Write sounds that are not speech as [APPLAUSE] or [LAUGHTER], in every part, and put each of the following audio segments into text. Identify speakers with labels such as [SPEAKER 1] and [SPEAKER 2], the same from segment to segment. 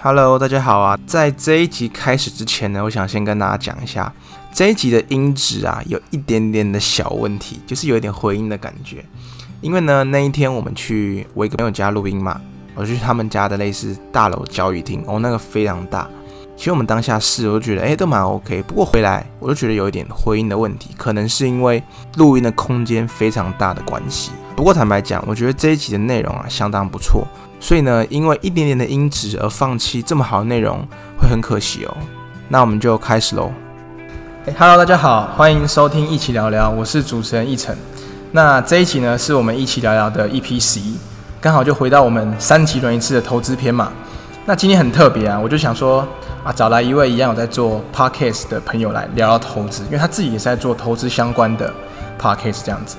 [SPEAKER 1] Hello，大家好啊！在这一集开始之前呢，我想先跟大家讲一下，这一集的音质啊，有一点点的小问题，就是有一点回音的感觉。因为呢，那一天我们去我一个朋友家录音嘛，我去他们家的类似大楼教育厅，哦，那个非常大。其实我们当下试，我就觉得哎、诶都蛮 OK，不过回来我就觉得有一点回音的问题，可能是因为录音的空间非常大的关系。不过坦白讲，我觉得这一集的内容啊相当不错，所以呢，因为一点点的音质而放弃这么好的内容会很可惜哦。那我们就开始喽。哎，Hello，大家好，欢迎收听一起聊聊，我是主持人一晨。那这一集呢，是我们一起聊聊的 EP 十一，刚好就回到我们三集轮一次的投资篇嘛。那今天很特别啊，我就想说啊，找来一位一样有在做 podcast 的朋友来聊聊投资，因为他自己也是在做投资相关的 podcast 这样子。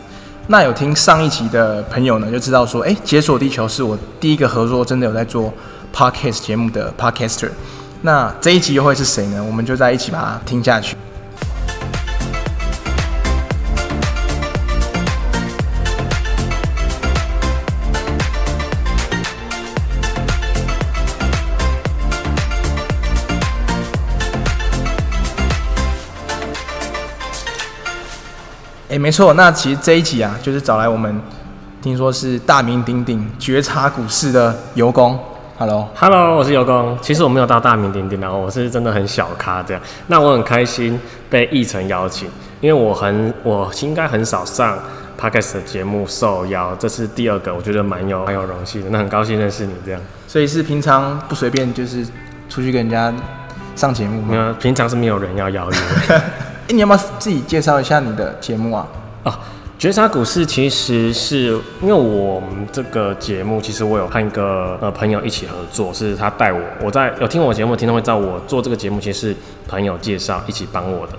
[SPEAKER 1] 那有听上一集的朋友呢，就知道说，哎、解锁地球是我第一个合作，真的有在做 podcast 节目的 podcaster。那这一集又会是谁呢？我们就在一起把它听下去。哎，没错，那其实这一集啊，就是找来我们听说是大名鼎鼎、觉察股市的油工。Hello，
[SPEAKER 2] Hello，我是尤工。其实我没有到大名鼎鼎啊，我是真的很小咖这样。那我很开心被奕晨邀请，因为我很我应该很少上 podcast 的节目受邀，这是第二个，我觉得蛮有蛮有荣幸的。那很高兴认识你这样。
[SPEAKER 1] 所以是平常不随便就是出去跟人家上节目
[SPEAKER 2] 没
[SPEAKER 1] 吗？
[SPEAKER 2] 有，平常是没有人要邀约。
[SPEAKER 1] 哎，你要不要自己介绍一下你的节目啊？
[SPEAKER 2] 啊，觉察股市其实是因为我们这个节目，其实我有和一个呃朋友一起合作，是他带我，我在有听我节目，听众会知道我做这个节目其实是朋友介绍一起帮我的。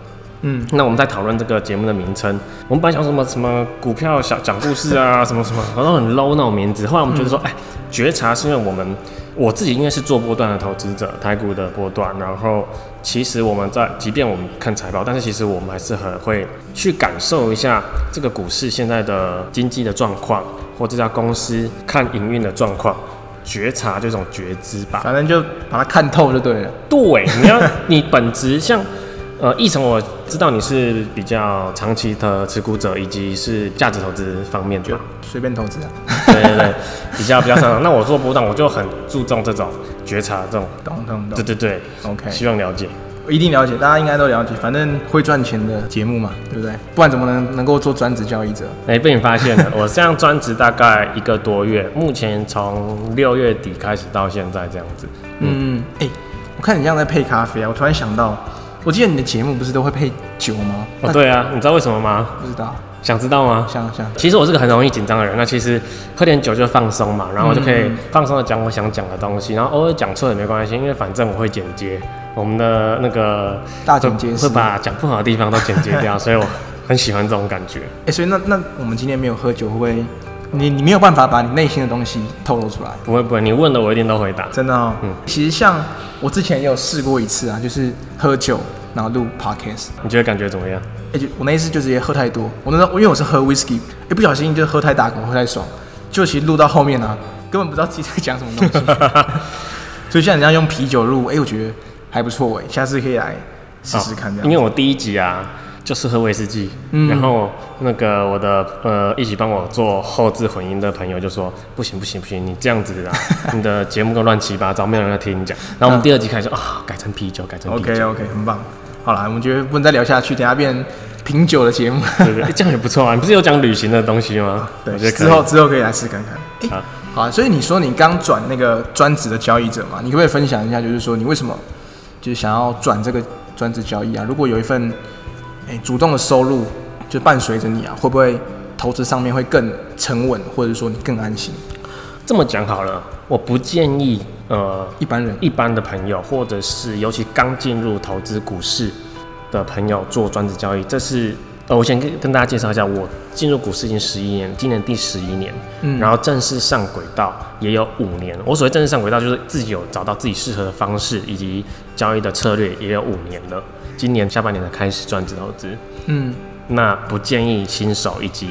[SPEAKER 1] 嗯，
[SPEAKER 2] 那我们在讨论这个节目的名称，我们本来想什么什么股票小讲故事啊，什么什么，好像很 low 那种名字。后来我们觉得说，哎、觉察是因为我们我自己因为是做波段的投资者，台股的波段，然后其实我们在即便我们看财报，但是其实我们还是很会去感受一下这个股市现在的经济的状况，或这家公司看营运的状况。觉察这种觉知吧，
[SPEAKER 1] 反正就把它看透就对了。
[SPEAKER 2] 对，你要你本质像，呃，易成，我知道你是比较长期的持股者，以及是价值投资方面的嘛，
[SPEAKER 1] 随便投资啊，
[SPEAKER 2] 对对对，比较比较擅长。那我做波段，我就很注重这种觉察，这种，
[SPEAKER 1] 懂懂
[SPEAKER 2] 对
[SPEAKER 1] 懂。
[SPEAKER 2] 对对
[SPEAKER 1] OK，
[SPEAKER 2] 希望了解。
[SPEAKER 1] 我一定了解，大家应该都了解，反正会赚钱的节目嘛，对不对？不然怎么能能够做专职交易者？
[SPEAKER 2] 哎、被你发现了，我这样专职大概一个多月，目前从六月底开始到现在这样子，哦
[SPEAKER 1] 嗯，哎、我看你这样在配咖啡啊，我突然想到，我记得你的节目不是都会配酒吗？
[SPEAKER 2] 哦，对啊，你知道为什么吗？
[SPEAKER 1] 不知道，
[SPEAKER 2] 想知道吗？
[SPEAKER 1] 想想，
[SPEAKER 2] 其实我是个很容易紧张的人，那其实喝点酒就放松嘛，然后我就可以放松的讲我想讲的东西，然后偶尔讲错也没关系，因为反正我会剪接，我们的那个
[SPEAKER 1] 大剪接
[SPEAKER 2] 会
[SPEAKER 1] 师
[SPEAKER 2] 会把讲不好的地方都剪接掉，所以我很喜欢这种感觉。
[SPEAKER 1] 哎、所以那那我们今天没有喝酒，会不会你你没有办法把你内心的东西透露出来？
[SPEAKER 2] 不会不会，你问的我一定都回答。
[SPEAKER 1] 真的哦，
[SPEAKER 2] 嗯
[SPEAKER 1] 其实像我之前也有试过一次啊，就是喝酒然后录 podcast，
[SPEAKER 2] 你觉得感觉怎么样？
[SPEAKER 1] 哎、就我那一次就直接喝太多，我那时候因为我是喝 whisky，一、不小心就喝太大口，喝太爽，就其实录到后面啊，根本不知道自己在讲什么东西。
[SPEAKER 2] [LAUGHS]
[SPEAKER 1] 所以像你这样用啤酒录，哎、我觉得还不错哎、下次可以来试试看这样。嗯
[SPEAKER 2] 因为我第一集啊，就是喝威士忌，然后那个我的呃一起帮我做后置混音的朋友就说，不行不行不行，你这样子啊，
[SPEAKER 1] [LAUGHS]
[SPEAKER 2] 你的节目都乱七八糟，没有人要听你讲。然后我们第二集开始说啊，改成啤酒，改成
[SPEAKER 1] 嗯
[SPEAKER 2] 啤
[SPEAKER 1] OK
[SPEAKER 2] 酒，
[SPEAKER 1] OK，很棒。好啦，我们觉得不能再聊下去，等下变品酒的节目。
[SPEAKER 2] 对不对？诶这样也不错啊，你不是有讲旅行的东西吗？
[SPEAKER 1] 对
[SPEAKER 2] 我觉，得可以
[SPEAKER 1] 之后之后可以来试看看。哎、
[SPEAKER 2] 好
[SPEAKER 1] 好啊、所以你说你刚转那个专职的交易者嘛，你可不可以分享一下，就是说你为什么就是想要转这个专职交易啊？如果有一份哎、主动的收入就伴随着你啊，会不会投资上面会更沉稳，或者说你更安心？
[SPEAKER 2] 这么讲好了，我不建议呃
[SPEAKER 1] 一般人
[SPEAKER 2] 一般的朋友，或者是尤其刚进入投资股市的朋友做专职交易，这是呃，我先跟跟大家介绍一下，我进入股市已经十一年，今年第十一年，嗯，然后正式上轨道也有五年。我所谓正式上轨道，就是自己有找到自己适合的方式以及交易的策略，也有五年了。今年下半年才开始专职投资，
[SPEAKER 1] 嗯，
[SPEAKER 2] 那不建议新手以及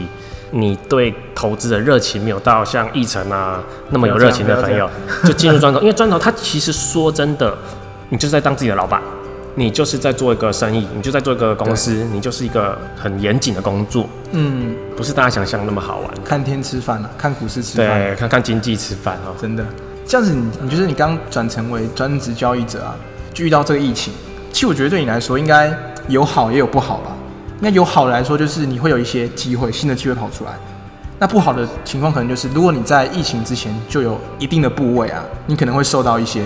[SPEAKER 2] 你对投资的热情没有到像奕晨啊那么有
[SPEAKER 1] 不要
[SPEAKER 2] 热
[SPEAKER 1] 这
[SPEAKER 2] 情
[SPEAKER 1] 样
[SPEAKER 2] 的
[SPEAKER 1] 不要
[SPEAKER 2] 朋
[SPEAKER 1] 这
[SPEAKER 2] 友，就进入砖头。因为砖头它其实说真的，你就是在当自己的老板，你就是在做一个生意，你就在做一个公司，你就是一个很严谨的工作，
[SPEAKER 1] 嗯，
[SPEAKER 2] 不是大家想象那么好玩。
[SPEAKER 1] 看天吃饭啊，看股市吃饭，
[SPEAKER 2] 对，看看经济吃饭哦。
[SPEAKER 1] 真的这样子你，你就是你刚转成为专职交易者啊，就遇到这个疫情，其实我觉得对你来说应该有好也有不好吧。那有好的来说，就是你会有一些机会，新的机会跑出来。那不好的情况可能就是，如果你在疫情之前就有一定的部位啊，你可能会受到一些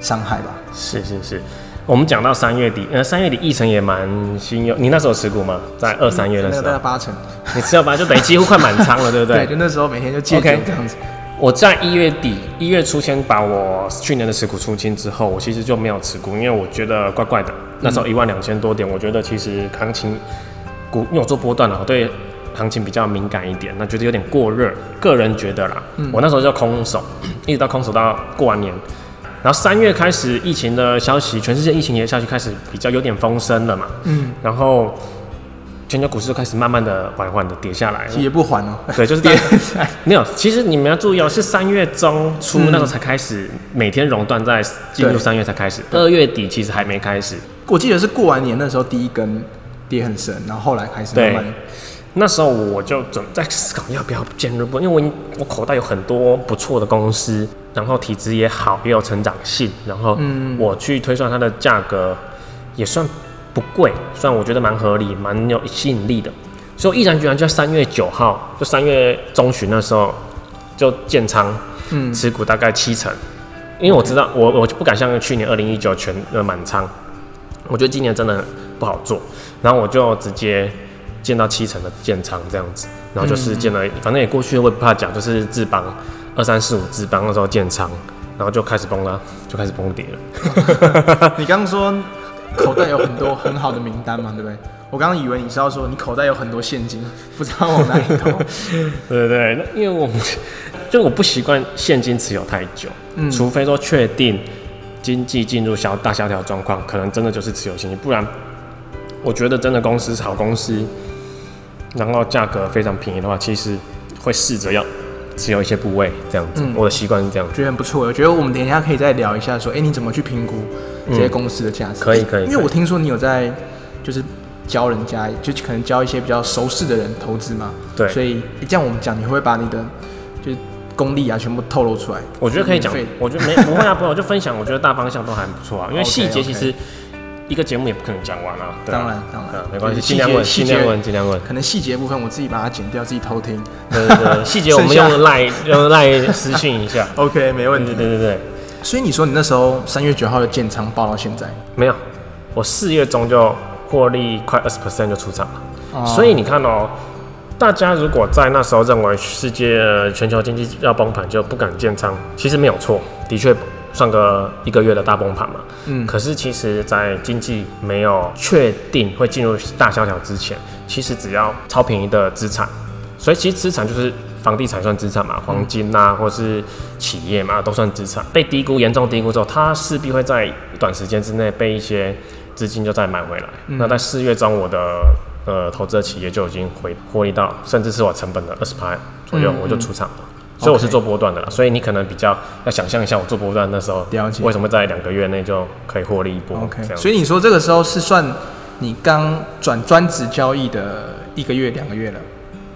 [SPEAKER 1] 伤害吧。
[SPEAKER 2] 是是是，我们讲到三月底，呃，三月底议程也蛮新有，你那时候有持股吗？在二三月的
[SPEAKER 1] 那
[SPEAKER 2] 时
[SPEAKER 1] 个大概
[SPEAKER 2] 候，
[SPEAKER 1] 八成，
[SPEAKER 2] 你持有吧，就等于几乎快满仓了，对不对？
[SPEAKER 1] 对，就那时候每天就戒酒
[SPEAKER 2] OK
[SPEAKER 1] 这样子。
[SPEAKER 2] 我在一月底一月初先把我去年的持股出清之后，我其实就没有持股，因为我觉得怪怪的。那时候一万两千多点，我觉得其实行情股，因为我做波段了，我啊对行情比较敏感一点，那觉得有点过热。个人觉得啦，我那时候就空手， [CLEARS THROAT] 一直到空手到过完年。然后三月开始疫情的消息，全世界疫情的消息开始比较有点风声了嘛，
[SPEAKER 1] 嗯，
[SPEAKER 2] 然后全球股市就开始慢慢的缓缓的跌下来，
[SPEAKER 1] 也不还哦， [LAUGHS]
[SPEAKER 2] 对，就是跌哎没有，其实你们要注意哦，是三月中初那时候才开始，每天熔断在进入
[SPEAKER 1] 嗯对
[SPEAKER 2] 三月才开始，二月底其实还没开始。
[SPEAKER 1] 我记得是过完年那时候第一根跌很深，然后后来开始慢慢
[SPEAKER 2] 对那时候我就准在思考要不要进入波，因为我已经我口袋有很多不错的公司，然后体质也好，也有成长性，然后嗯我去推算它的价格也算不贵，算我觉得蛮合理，蛮有吸引力的。所以我毅然决然就在三月九号，就三月中旬那时候就建仓，
[SPEAKER 1] 嗯
[SPEAKER 2] 持股大概七成，因为我知道我我就不敢像去年二零一九全呃满仓，我觉得今年真的不好做，然后我就直接建到七成的建仓这样子，然后就是建了，反正也过去了我也不怕讲，就是自帮二三四五自帮那时候建仓，然后就开始崩了，就开始崩跌了。
[SPEAKER 1] 你刚刚说口袋有很多很好的名单嘛，对不对？我刚刚以为你是要说你口袋有很多现金，不知道往哪里
[SPEAKER 2] [LAUGHS]
[SPEAKER 1] 投。
[SPEAKER 2] 对对对，那因为我们就我不习惯现金持有太久，
[SPEAKER 1] 嗯
[SPEAKER 2] 除非说确定经济进入小大萧条状况，可能真的就是持有现金，不然我觉得真的公司是好公司，然后价格非常便宜的话，其实会试着要持有一些部位这样
[SPEAKER 1] 嗯
[SPEAKER 2] 子。我的习惯是这样子。
[SPEAKER 1] 觉得很不错，我觉得我们等一下可以再聊一下说，哎，你怎么去评估这些公司的价值？
[SPEAKER 2] 可以可以
[SPEAKER 1] 因为我听说你有在就是教人家，就可能教一些比较熟识的人投资嘛。
[SPEAKER 2] 对
[SPEAKER 1] 所以诶这样我们讲，你会把你的就是功力啊全部透露出来。
[SPEAKER 2] 我觉得可以讲
[SPEAKER 1] 免费，哦
[SPEAKER 2] 我觉得没不会啊，不会，我就分享，我觉得大方向都还不错啊，因为
[SPEAKER 1] OK，
[SPEAKER 2] 细节
[SPEAKER 1] OK
[SPEAKER 2] 其实一个节目也不可能讲完啊。对啊
[SPEAKER 1] 当然当然
[SPEAKER 2] 嗯没关系，
[SPEAKER 1] 就是
[SPEAKER 2] 尽量问，
[SPEAKER 1] 细
[SPEAKER 2] 尽
[SPEAKER 1] 节
[SPEAKER 2] 量问，尽量问。
[SPEAKER 1] 可能细节部分我自己把它剪掉，自己偷听。
[SPEAKER 2] 对对对，细节我们
[SPEAKER 1] 剩下
[SPEAKER 2] 用赖用赖私讯一下。
[SPEAKER 1] OK，没问
[SPEAKER 2] 对对对对对，
[SPEAKER 1] 所以你说你那时候三月九号的建仓报到现在，
[SPEAKER 2] 没有，我四月中就获利快二十 percent 就出场了。
[SPEAKER 1] 哦
[SPEAKER 2] 所以你看哦，大家如果在那时候认为世界呃全球经济要崩盘就不敢建仓，其实没有错，的确算个一个月的大崩盘嘛。
[SPEAKER 1] 嗯
[SPEAKER 2] 可是其实，在经济没有确定会进入大萧条之前，其实只要超便宜的资产，所以其实资产就是。房地产算资产
[SPEAKER 1] 嗯
[SPEAKER 2] 嘛，黄金呐、或是企业嘛，都算资产。被低估、严重低估之后，它势必会在短时间之内被一些资金就再买回来。
[SPEAKER 1] 嗯
[SPEAKER 2] 那在四月中，我的呃投资的企业就已经回获利到，甚至是我成本的二十趴左右，我就出场了。所以我是
[SPEAKER 1] 嗯 OK
[SPEAKER 2] 做波段的啦，所以你可能比较要想象一下，我做波段那时候
[SPEAKER 1] 了解
[SPEAKER 2] 为什么在两个月内就可以获利一波
[SPEAKER 1] OK，
[SPEAKER 2] 这样。
[SPEAKER 1] 所以你说这个时候是算你刚转专职交易的一个月、两个月了。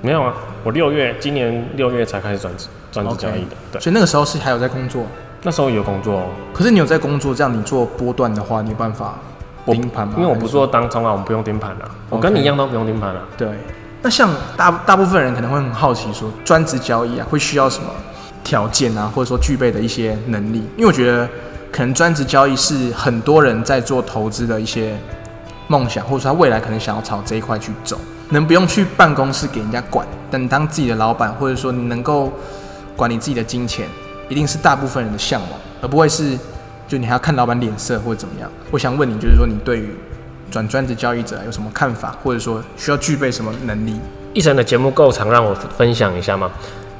[SPEAKER 2] 没有啊，我六月今年六月才开始转职转职交易
[SPEAKER 1] OK，
[SPEAKER 2] 的对，
[SPEAKER 1] 所以那个时候是还有在工作，
[SPEAKER 2] 那时候有工作哦、
[SPEAKER 1] 可是你有在工作，这样你做波段的话，你有办法
[SPEAKER 2] 我
[SPEAKER 1] 盯盘吗？
[SPEAKER 2] 因为我不
[SPEAKER 1] 还是
[SPEAKER 2] 做当冲啊，我们不用盯盘啊，我跟你一样都不用盯盘啊。
[SPEAKER 1] 对。那像大大部分人可能会很好奇说，专职交易啊，会需要什么条件啊，或者说具备的一些能力？因为我觉得可能专职交易是很多人在做投资的一些梦想，或者说他未来可能想要朝这一块去走，能不用去办公室给人家管，但你当自己的老板，或者说你能够管理自己的金钱，一定是大部分人的向往，而不会是就你还要看老板脸色或者怎么样。我想问你，就是说你对于转专职交易者有什么看法，或者说需要具备什么能力？
[SPEAKER 2] 一晨的节目够长，让我分享一下吗？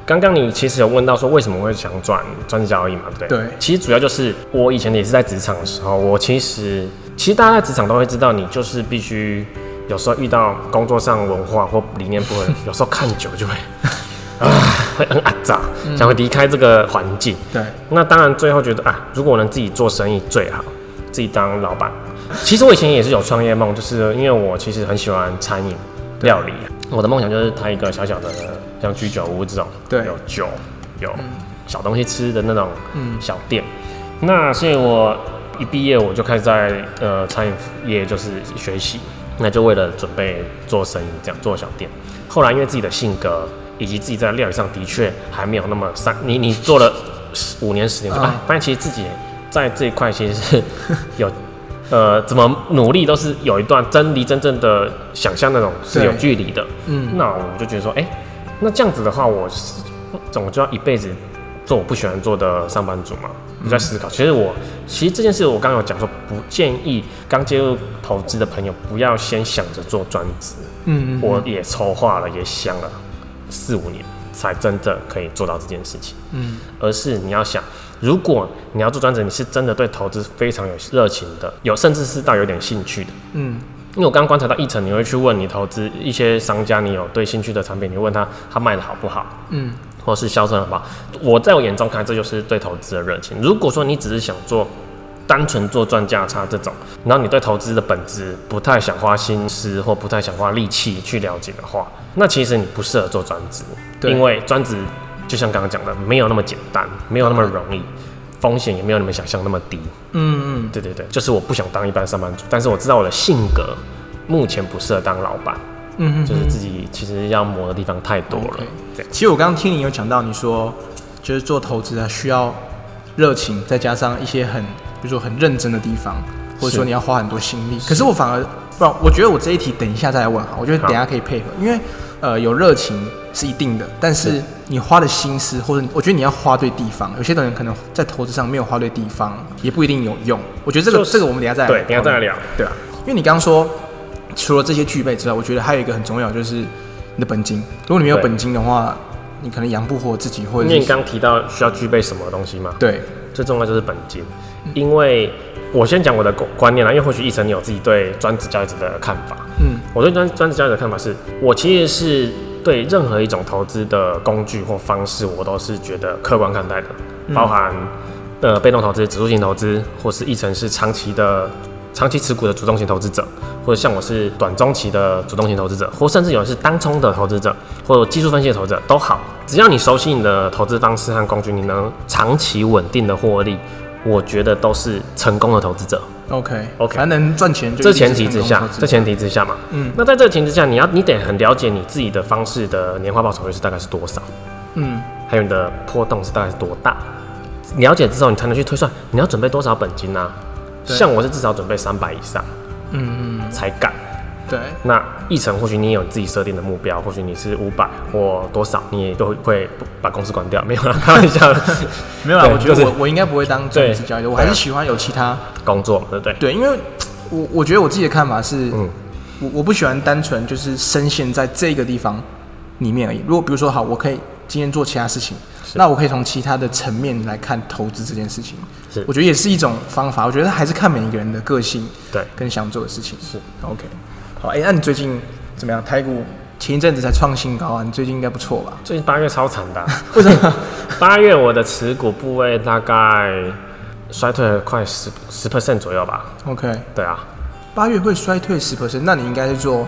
[SPEAKER 2] 刚刚你其实有问到说为什么会想转专职交易嘛，对不对？
[SPEAKER 1] 对
[SPEAKER 2] 其实主要就是我以前也是在职场的时候，我其实其实大家在职场都会知道，你就是必须有时候遇到工作上文化或理念不合，有时候看久就会 [LAUGHS] 啊，会很阿杂，想要离开这个环境。
[SPEAKER 1] 对，
[SPEAKER 2] 那当然，最后觉得啊，如果我能自己做生意最好，自己当老板。其实我以前也是有创业梦，就是因为我其实很喜欢餐饮料理，我的梦想就是开一个小小的像居酒屋这种，
[SPEAKER 1] 对
[SPEAKER 2] 有酒有小东西吃的那种小店。那所以我一毕业我就开始在呃餐饮业就是学习，那就为了准备做生意这样做小店。后来因为自己的性格以及自己在料理上的确还没有那么擅，你你做了十五年十年，
[SPEAKER 1] 嗯
[SPEAKER 2] 啊，发现其实自己在这一块其实是有。呃，怎么努力都是有一段真离真正的想象那种是有
[SPEAKER 1] 对
[SPEAKER 2] 距离的。
[SPEAKER 1] 嗯，
[SPEAKER 2] 那我就觉得说，哎、那这样子的话，我是总就要一辈子做我不喜欢做的上班族嘛。
[SPEAKER 1] 嗯
[SPEAKER 2] 我在思考，其实我其实这件事我刚刚有讲说，不建议刚接入投资的朋友不要先想着做专职。
[SPEAKER 1] 嗯嗯，
[SPEAKER 2] 我也筹划了，也想了四五年，才真正可以做到这件事情。
[SPEAKER 1] 嗯，
[SPEAKER 2] 而是你要想，如果你要做专职，你是真的对投资非常有热情的，有甚至是到有点兴趣的。
[SPEAKER 1] 嗯，
[SPEAKER 2] 因为我刚刚观察到一层，你会去问你投资一些商家，你有对兴趣的产品，你问他他卖的好不好，
[SPEAKER 1] 嗯，
[SPEAKER 2] 或是销售好不好。我在我眼中看，这就是对投资的热情。如果说你只是想做单纯做赚价差这种，然后你对投资的本质不太想花心思或不太想花力气去了解的话，那其实你不适合做专职，
[SPEAKER 1] 对
[SPEAKER 2] 因为专职就像刚刚讲的，没有那么简单，没有那么容易，风险也没有你们想象那么低。
[SPEAKER 1] 嗯嗯，
[SPEAKER 2] 对对对，就是我不想当一般上班族，但是我知道我的性格目前不适合当老板，
[SPEAKER 1] 嗯嗯，
[SPEAKER 2] 就是自己其实要磨的地方太多了
[SPEAKER 1] OK。
[SPEAKER 2] 对，
[SPEAKER 1] 其实我刚刚听你有讲到，你说就是做投资啊，需要热情，再加上一些很，比如说很认真的地方，或者说
[SPEAKER 2] 是
[SPEAKER 1] 你要花很多心力。可是我反而不然，我觉得我这一题等一下再来问好，我觉得等一下可以配合，因为呃有热情是一定的，但是你花的心思，或者我觉得你要花对地方，有些人可能在投资上没有花对地方，也不一定有用。我觉得这个、
[SPEAKER 2] 就是
[SPEAKER 1] 这个我们等一下再来
[SPEAKER 2] 对，等一下再
[SPEAKER 1] 讨
[SPEAKER 2] 来
[SPEAKER 1] 论
[SPEAKER 2] 聊。
[SPEAKER 1] 对啊，因为你刚刚说，除了这些具备之外，我觉得还有一个很重要，就是你的本金。如果你没有
[SPEAKER 2] 对
[SPEAKER 1] 本金的话，你可能养不活自己，或者
[SPEAKER 2] 因为
[SPEAKER 1] 是
[SPEAKER 2] 你刚提到需要具备什么东西嘛，
[SPEAKER 1] 对，
[SPEAKER 2] 最重要就是本金。
[SPEAKER 1] 嗯
[SPEAKER 2] 因为我先讲我的观观念啦，因为或许一晨你有自己对专职交易者的看法。
[SPEAKER 1] 嗯
[SPEAKER 2] 我对专专职交易者的看法是，我其实是对任何一种投资的工具或方式，我都是觉得客观看待的，包含、呃被动投资、指数型投资，或是一层是长期的长期持股的主动型投资者，或者像我是短中期的主动型投资者，或甚至有人是当冲的投资者，或者技术分析的投资者都好，只要你熟悉你的投资方式和工具，你能长期稳定的获利，我觉得都是成功的投资者。
[SPEAKER 1] ，OK
[SPEAKER 2] OK
[SPEAKER 1] 反正能赚钱就
[SPEAKER 2] 这
[SPEAKER 1] 一定
[SPEAKER 2] 前
[SPEAKER 1] 是
[SPEAKER 2] 提之
[SPEAKER 1] 成功
[SPEAKER 2] 下
[SPEAKER 1] 投，资
[SPEAKER 2] 这前提之下嘛，
[SPEAKER 1] 嗯
[SPEAKER 2] 嗯，那在这个前提之下，你要你得很了解你自己的方式的年化报酬率是大概是多少，
[SPEAKER 1] 嗯
[SPEAKER 2] 还有你的波动是大概是多大，了解之后你才能去推算你要准备多少本金啊。
[SPEAKER 1] 对
[SPEAKER 2] 像我是至少准备三百以上
[SPEAKER 1] 嗯嗯，
[SPEAKER 2] 才敢。
[SPEAKER 1] 对，
[SPEAKER 2] 那一层或许你也有自己设定的目标，或许你是五百或多少，你也都会把公司关掉，没有啦，开玩笑的，
[SPEAKER 1] [LAUGHS] 没有啦，
[SPEAKER 2] 对
[SPEAKER 1] 我觉得我、
[SPEAKER 2] 就是
[SPEAKER 1] 我应该不会当专职
[SPEAKER 2] 对
[SPEAKER 1] 交易，我
[SPEAKER 2] 对啊
[SPEAKER 1] 还是喜欢有其他
[SPEAKER 2] 工作嘛，对不对？
[SPEAKER 1] 对，因为我我觉得我自己的看法是，
[SPEAKER 2] 嗯
[SPEAKER 1] 我我不喜欢单纯就是深陷在这个地方里面而已。如果比如说好，我可以今天做其他事情，那我可以从其他的层面来看投资这件事情
[SPEAKER 2] 是，
[SPEAKER 1] 我觉得也是一种方法。我觉得还是看每一个人的个性
[SPEAKER 2] 对
[SPEAKER 1] 跟想做的事情。
[SPEAKER 2] 是
[SPEAKER 1] OK，好，哎、那你最近怎么样？台股前一阵子才创新高啊，你最近应该不错吧？
[SPEAKER 2] 最近八月超惨的、为什么？ [LAUGHS] 八月我的持股部位大概衰退了快十十 percent 左右吧。
[SPEAKER 1] OK，
[SPEAKER 2] 对啊，
[SPEAKER 1] 八月会衰退十 percent，那你应该是做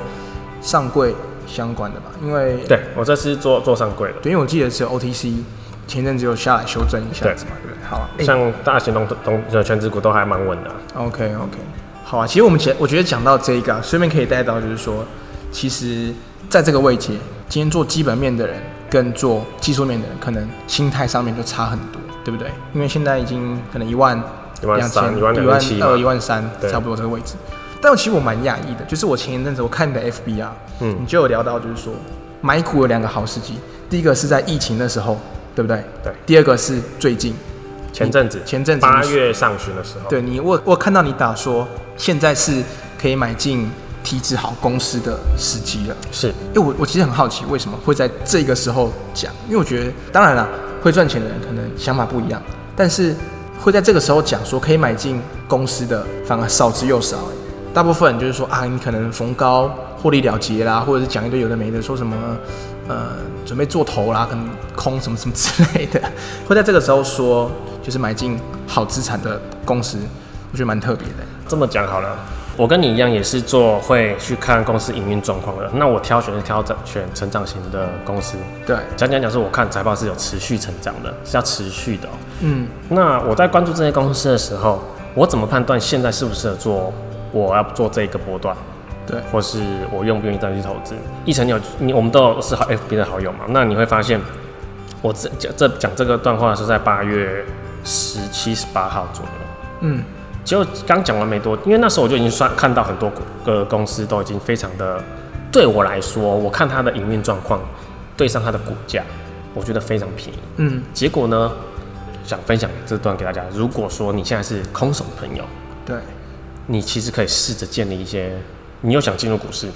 [SPEAKER 1] 上柜相关的吧？因为
[SPEAKER 2] 对我这次做做上柜的，
[SPEAKER 1] 对，因为我记得只有 OTC 前阵子有下来修正一下子嘛，对不对？好、啊，哎、
[SPEAKER 2] 像大型龙东的全指股都还蛮稳的。啊
[SPEAKER 1] o k OK，好啊。其实我们讲，我觉得讲到这一个、啊，顺便可以带到就是说，其实在这个位阶，今天做基本面的人跟做技术面的人，可能心态上面就差很多，对不对？因为现在已经可能一万、
[SPEAKER 2] 13,000
[SPEAKER 1] 12,000
[SPEAKER 2] 12,000
[SPEAKER 1] 二、一万三，
[SPEAKER 2] 对
[SPEAKER 1] 差不多这个位置。但我其实我蛮讶异的，就是我前一阵子我看你的 FB 啊，嗯，你就有聊到，就是说买股有两个好时机，第一个是在疫情的时候，对不对？
[SPEAKER 2] 对
[SPEAKER 1] 第二个是最近，
[SPEAKER 2] 前阵子，
[SPEAKER 1] 前阵子
[SPEAKER 2] 八月上旬的时候，
[SPEAKER 1] 对你，我我看到你打说现在是可以买进体脂好公司的时机了。
[SPEAKER 2] 是
[SPEAKER 1] 因为我我其实很好奇，为什么会在这个时候讲？因为我觉得，当然了，会赚钱的人可能想法不一样，但是会在这个时候讲说可以买进公司的，反而少之又少、欸大部分人就是说啊，你可能逢高获利了结啦，或者是讲一堆有的没的，说什么呃准备做头啦，可能空什么什么之类的，会在这个时候说就是买进好资产的公司，我觉得蛮特别的。
[SPEAKER 2] 这么讲好了，我跟你一样也是做会去看公司营运状况的。那我挑选是挑选成长型的公司。
[SPEAKER 1] 对，
[SPEAKER 2] 讲讲讲是我看财报是有持续成长的，是要持续的哦、
[SPEAKER 1] 嗯，
[SPEAKER 2] 那我在关注这些公司的时候，我怎么判断现在适不适合做？我要做这个波段，
[SPEAKER 1] 对，
[SPEAKER 2] 或是我愿不愿意再去投资？一成有你，我们都有是好 FB 的好友嘛？那你会发现，我这讲这讲这个段话是在八月十七、十八号左右。
[SPEAKER 1] 嗯，
[SPEAKER 2] 结果刚讲完没多，因为那时候我就已经算看到很多个公司都已经非常的，对我来说，我看它的营运状况，对上它的股价，我觉得非常便宜。
[SPEAKER 1] 嗯，
[SPEAKER 2] 结果呢，想分享这段给大家。如果说你现在是空手的朋友，
[SPEAKER 1] 对，
[SPEAKER 2] 你其实可以试着建立一些，你又想进入股市，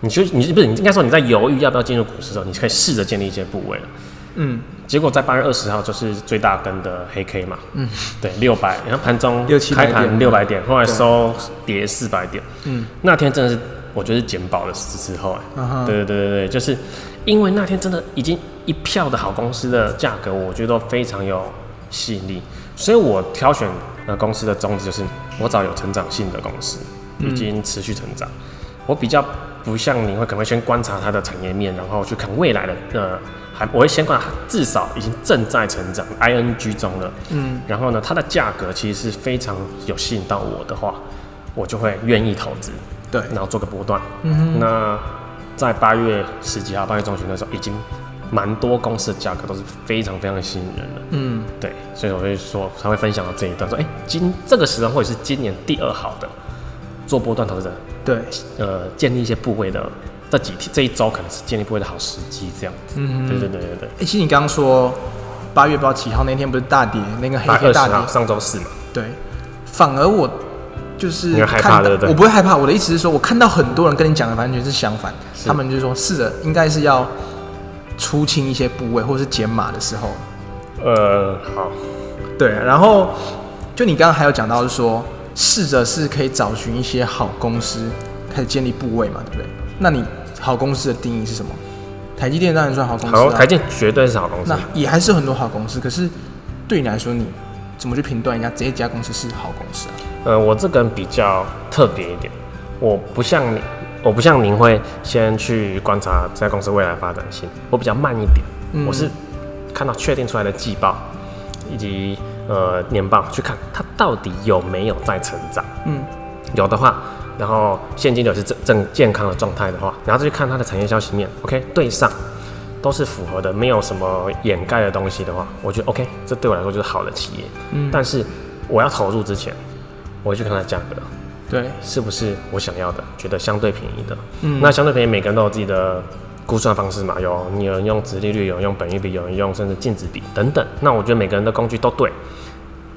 [SPEAKER 2] 你就你不是你应该说你在犹豫要不要进入股市的时候，你可以试着建立一些部位了。
[SPEAKER 1] 嗯，
[SPEAKER 2] 结果在八月二十号就是最大根的黑 K 嘛，嗯，对，六百，然后盘中
[SPEAKER 1] 六七百
[SPEAKER 2] 开
[SPEAKER 1] 点
[SPEAKER 2] 盘六百点，后来收跌四百点，
[SPEAKER 1] 嗯，
[SPEAKER 2] 那天真的是我觉得是捡宝的时候、
[SPEAKER 1] 啊
[SPEAKER 2] 哎、
[SPEAKER 1] 哈
[SPEAKER 2] 对对对对对，就是因为那天真的已经一票的好公司的价格，我觉得都非常有吸引力，所以我挑选呃公司的宗旨就是我找有成长性的公司，
[SPEAKER 1] 嗯
[SPEAKER 2] 已经持续成长，我比较不像你会可能会先观察它的产业面，然后去看未来的呃，还我会先观察至少已经正在成长 ING 中了，
[SPEAKER 1] 嗯，
[SPEAKER 2] 然后呢，它的价格其实是非常有吸引到我的话，我就会愿意投资，
[SPEAKER 1] 对，
[SPEAKER 2] 然后做个波段。嗯、那在八月十几号、八月中旬的时候，已经蛮多公司的价格都是非常非常吸引人的。
[SPEAKER 1] 嗯，
[SPEAKER 2] 对，所以我会说才会分享到这一段，说哎、今这个时候会是今年第二好的做波段投资者，
[SPEAKER 1] 对，
[SPEAKER 2] 呃，建立一些部位的这几天这一周可能是建立部位的好时机，这样子。嗯，对对对对对。
[SPEAKER 1] 哎、其实你刚刚说八月不知道几号那天不是大跌，那个黑
[SPEAKER 2] 八月
[SPEAKER 1] 黑
[SPEAKER 2] 二十
[SPEAKER 1] 大跌
[SPEAKER 2] 号，，上周四嘛，
[SPEAKER 1] 对，反而我就是
[SPEAKER 2] 你会害
[SPEAKER 1] 看
[SPEAKER 2] 怕
[SPEAKER 1] 到，
[SPEAKER 2] 对不对
[SPEAKER 1] 我不会害怕。我的意思是说，我看到很多人跟你讲的完全是相反，他们就是说是的，应该是要出清一些部位或是减码的时候。
[SPEAKER 2] 呃，好，
[SPEAKER 1] 对，然后就你刚刚还有讲到是说，试着是可以找寻一些好公司，开始建立部位嘛，对不对？那你好公司的定义是什么？台积电当然算好公司、
[SPEAKER 2] 好，
[SPEAKER 1] 啊，
[SPEAKER 2] 台建绝对是好公司
[SPEAKER 1] 那。也还是很多好公司，可是对你来说，你怎么去评断一下这一家公司是好公司啊？
[SPEAKER 2] 呃，我这个人比较特别一点，我不像你，我不像您会先去观察这家公司未来的发展性，我比较慢一点，我是看到确定出来的季报以及呃年报去看它到底有没有在成长。
[SPEAKER 1] 嗯，
[SPEAKER 2] 有的话，然后现金流是正正健康的状态的话，然后再去看它的产业消息面，OK 对上。都是符合的，没有什么掩盖的东西的话，我觉得 OK，这对我来说就是好的企业。嗯，但是我要投入之前，我会去看它的价格
[SPEAKER 1] 对，
[SPEAKER 2] 是不是我想要的，觉得相对便宜的。嗯，那相对便宜，每个人都有自己的估算方式嘛，有有人用直利率，有人用本益比，有人用甚至净值比等等。那我觉得每个人的工具都对，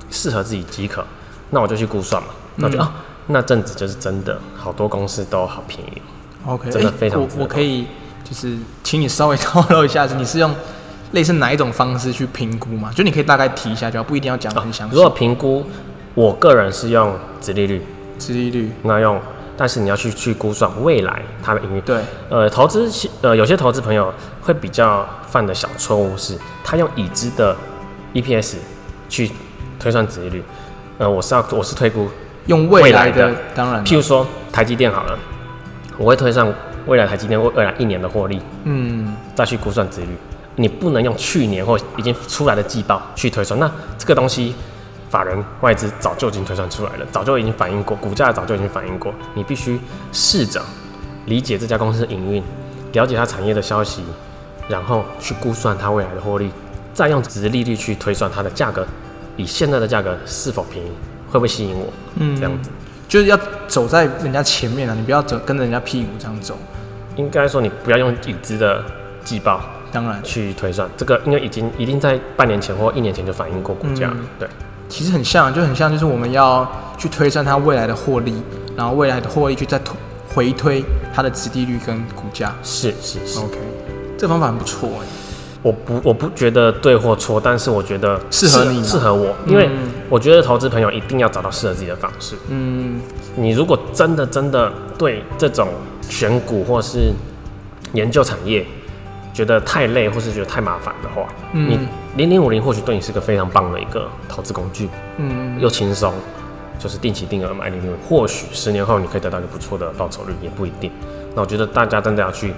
[SPEAKER 2] 适合自己即可。那我就去估算嘛，那我就、啊，那阵子就是真的，好多公司都好便宜。
[SPEAKER 1] OK，
[SPEAKER 2] 真的
[SPEAKER 1] 诶
[SPEAKER 2] 非常
[SPEAKER 1] 我
[SPEAKER 2] 值得
[SPEAKER 1] 我可以就是请你稍微透露一下，是你是用类似哪一种方式去评估嘛？就你可以大概提一下就好，不一定要讲得很详细。
[SPEAKER 2] 哦如果评估，我个人是用直利率，
[SPEAKER 1] 殖利率，
[SPEAKER 2] 那用，但是你要去去估算未来它的盈余。
[SPEAKER 1] 对，
[SPEAKER 2] 呃，投资其呃，有些投资朋友会比较犯的小错误是，他用已知的 EPS 去推算值利率。呃，我是要我是推估，
[SPEAKER 1] 用未来
[SPEAKER 2] 来
[SPEAKER 1] 的
[SPEAKER 2] 的
[SPEAKER 1] 当然啦，啊
[SPEAKER 2] 譬如说台积电好了，我会推算未来台积电未未来一年的获利，
[SPEAKER 1] 嗯，
[SPEAKER 2] 再去估算值率。你不能用去年或已经出来的季报去推算，那这个东西，法人外资早就已经推算出来了，早就已经反映过，股价早就已经反映过。你必须试着理解这家公司的营运，了解它产业的消息，然后去估算它未来的获利，再用值利率去推算它的价格，以现在的价格是否便宜，会不会吸引我？嗯，这样子。
[SPEAKER 1] 就是要走在人家前面啊，你不要走跟着人家屁股这样走。
[SPEAKER 2] 应该说，你不要用已知的季报
[SPEAKER 1] 当然，
[SPEAKER 2] 去推算，这个因为已经一定在半年前或一年前就反映过股价了，对，
[SPEAKER 1] 其实很像，就很像，就是我们要去推算它未来的获利，然后未来的获利去再推回推它的殖利率跟股价。
[SPEAKER 2] 是是是，
[SPEAKER 1] OK，这方法很不错哎、
[SPEAKER 2] 我不我不觉得对或错，但是我觉得
[SPEAKER 1] 适合你啊
[SPEAKER 2] 适合我，因为我觉得投资朋友一定要找到适合自己的方式。
[SPEAKER 1] 嗯，
[SPEAKER 2] 你如果真的真的对这种选股或是研究产业觉得太累，或是觉得太麻烦的话，
[SPEAKER 1] 嗯
[SPEAKER 2] 你零零五零或许对你是个非常棒的一个投资工具，
[SPEAKER 1] 嗯，
[SPEAKER 2] 又轻松，就是定期定额买零零五，或许十年后你可以得到一个不错的报酬率，也不一定。那我觉得大家真的要去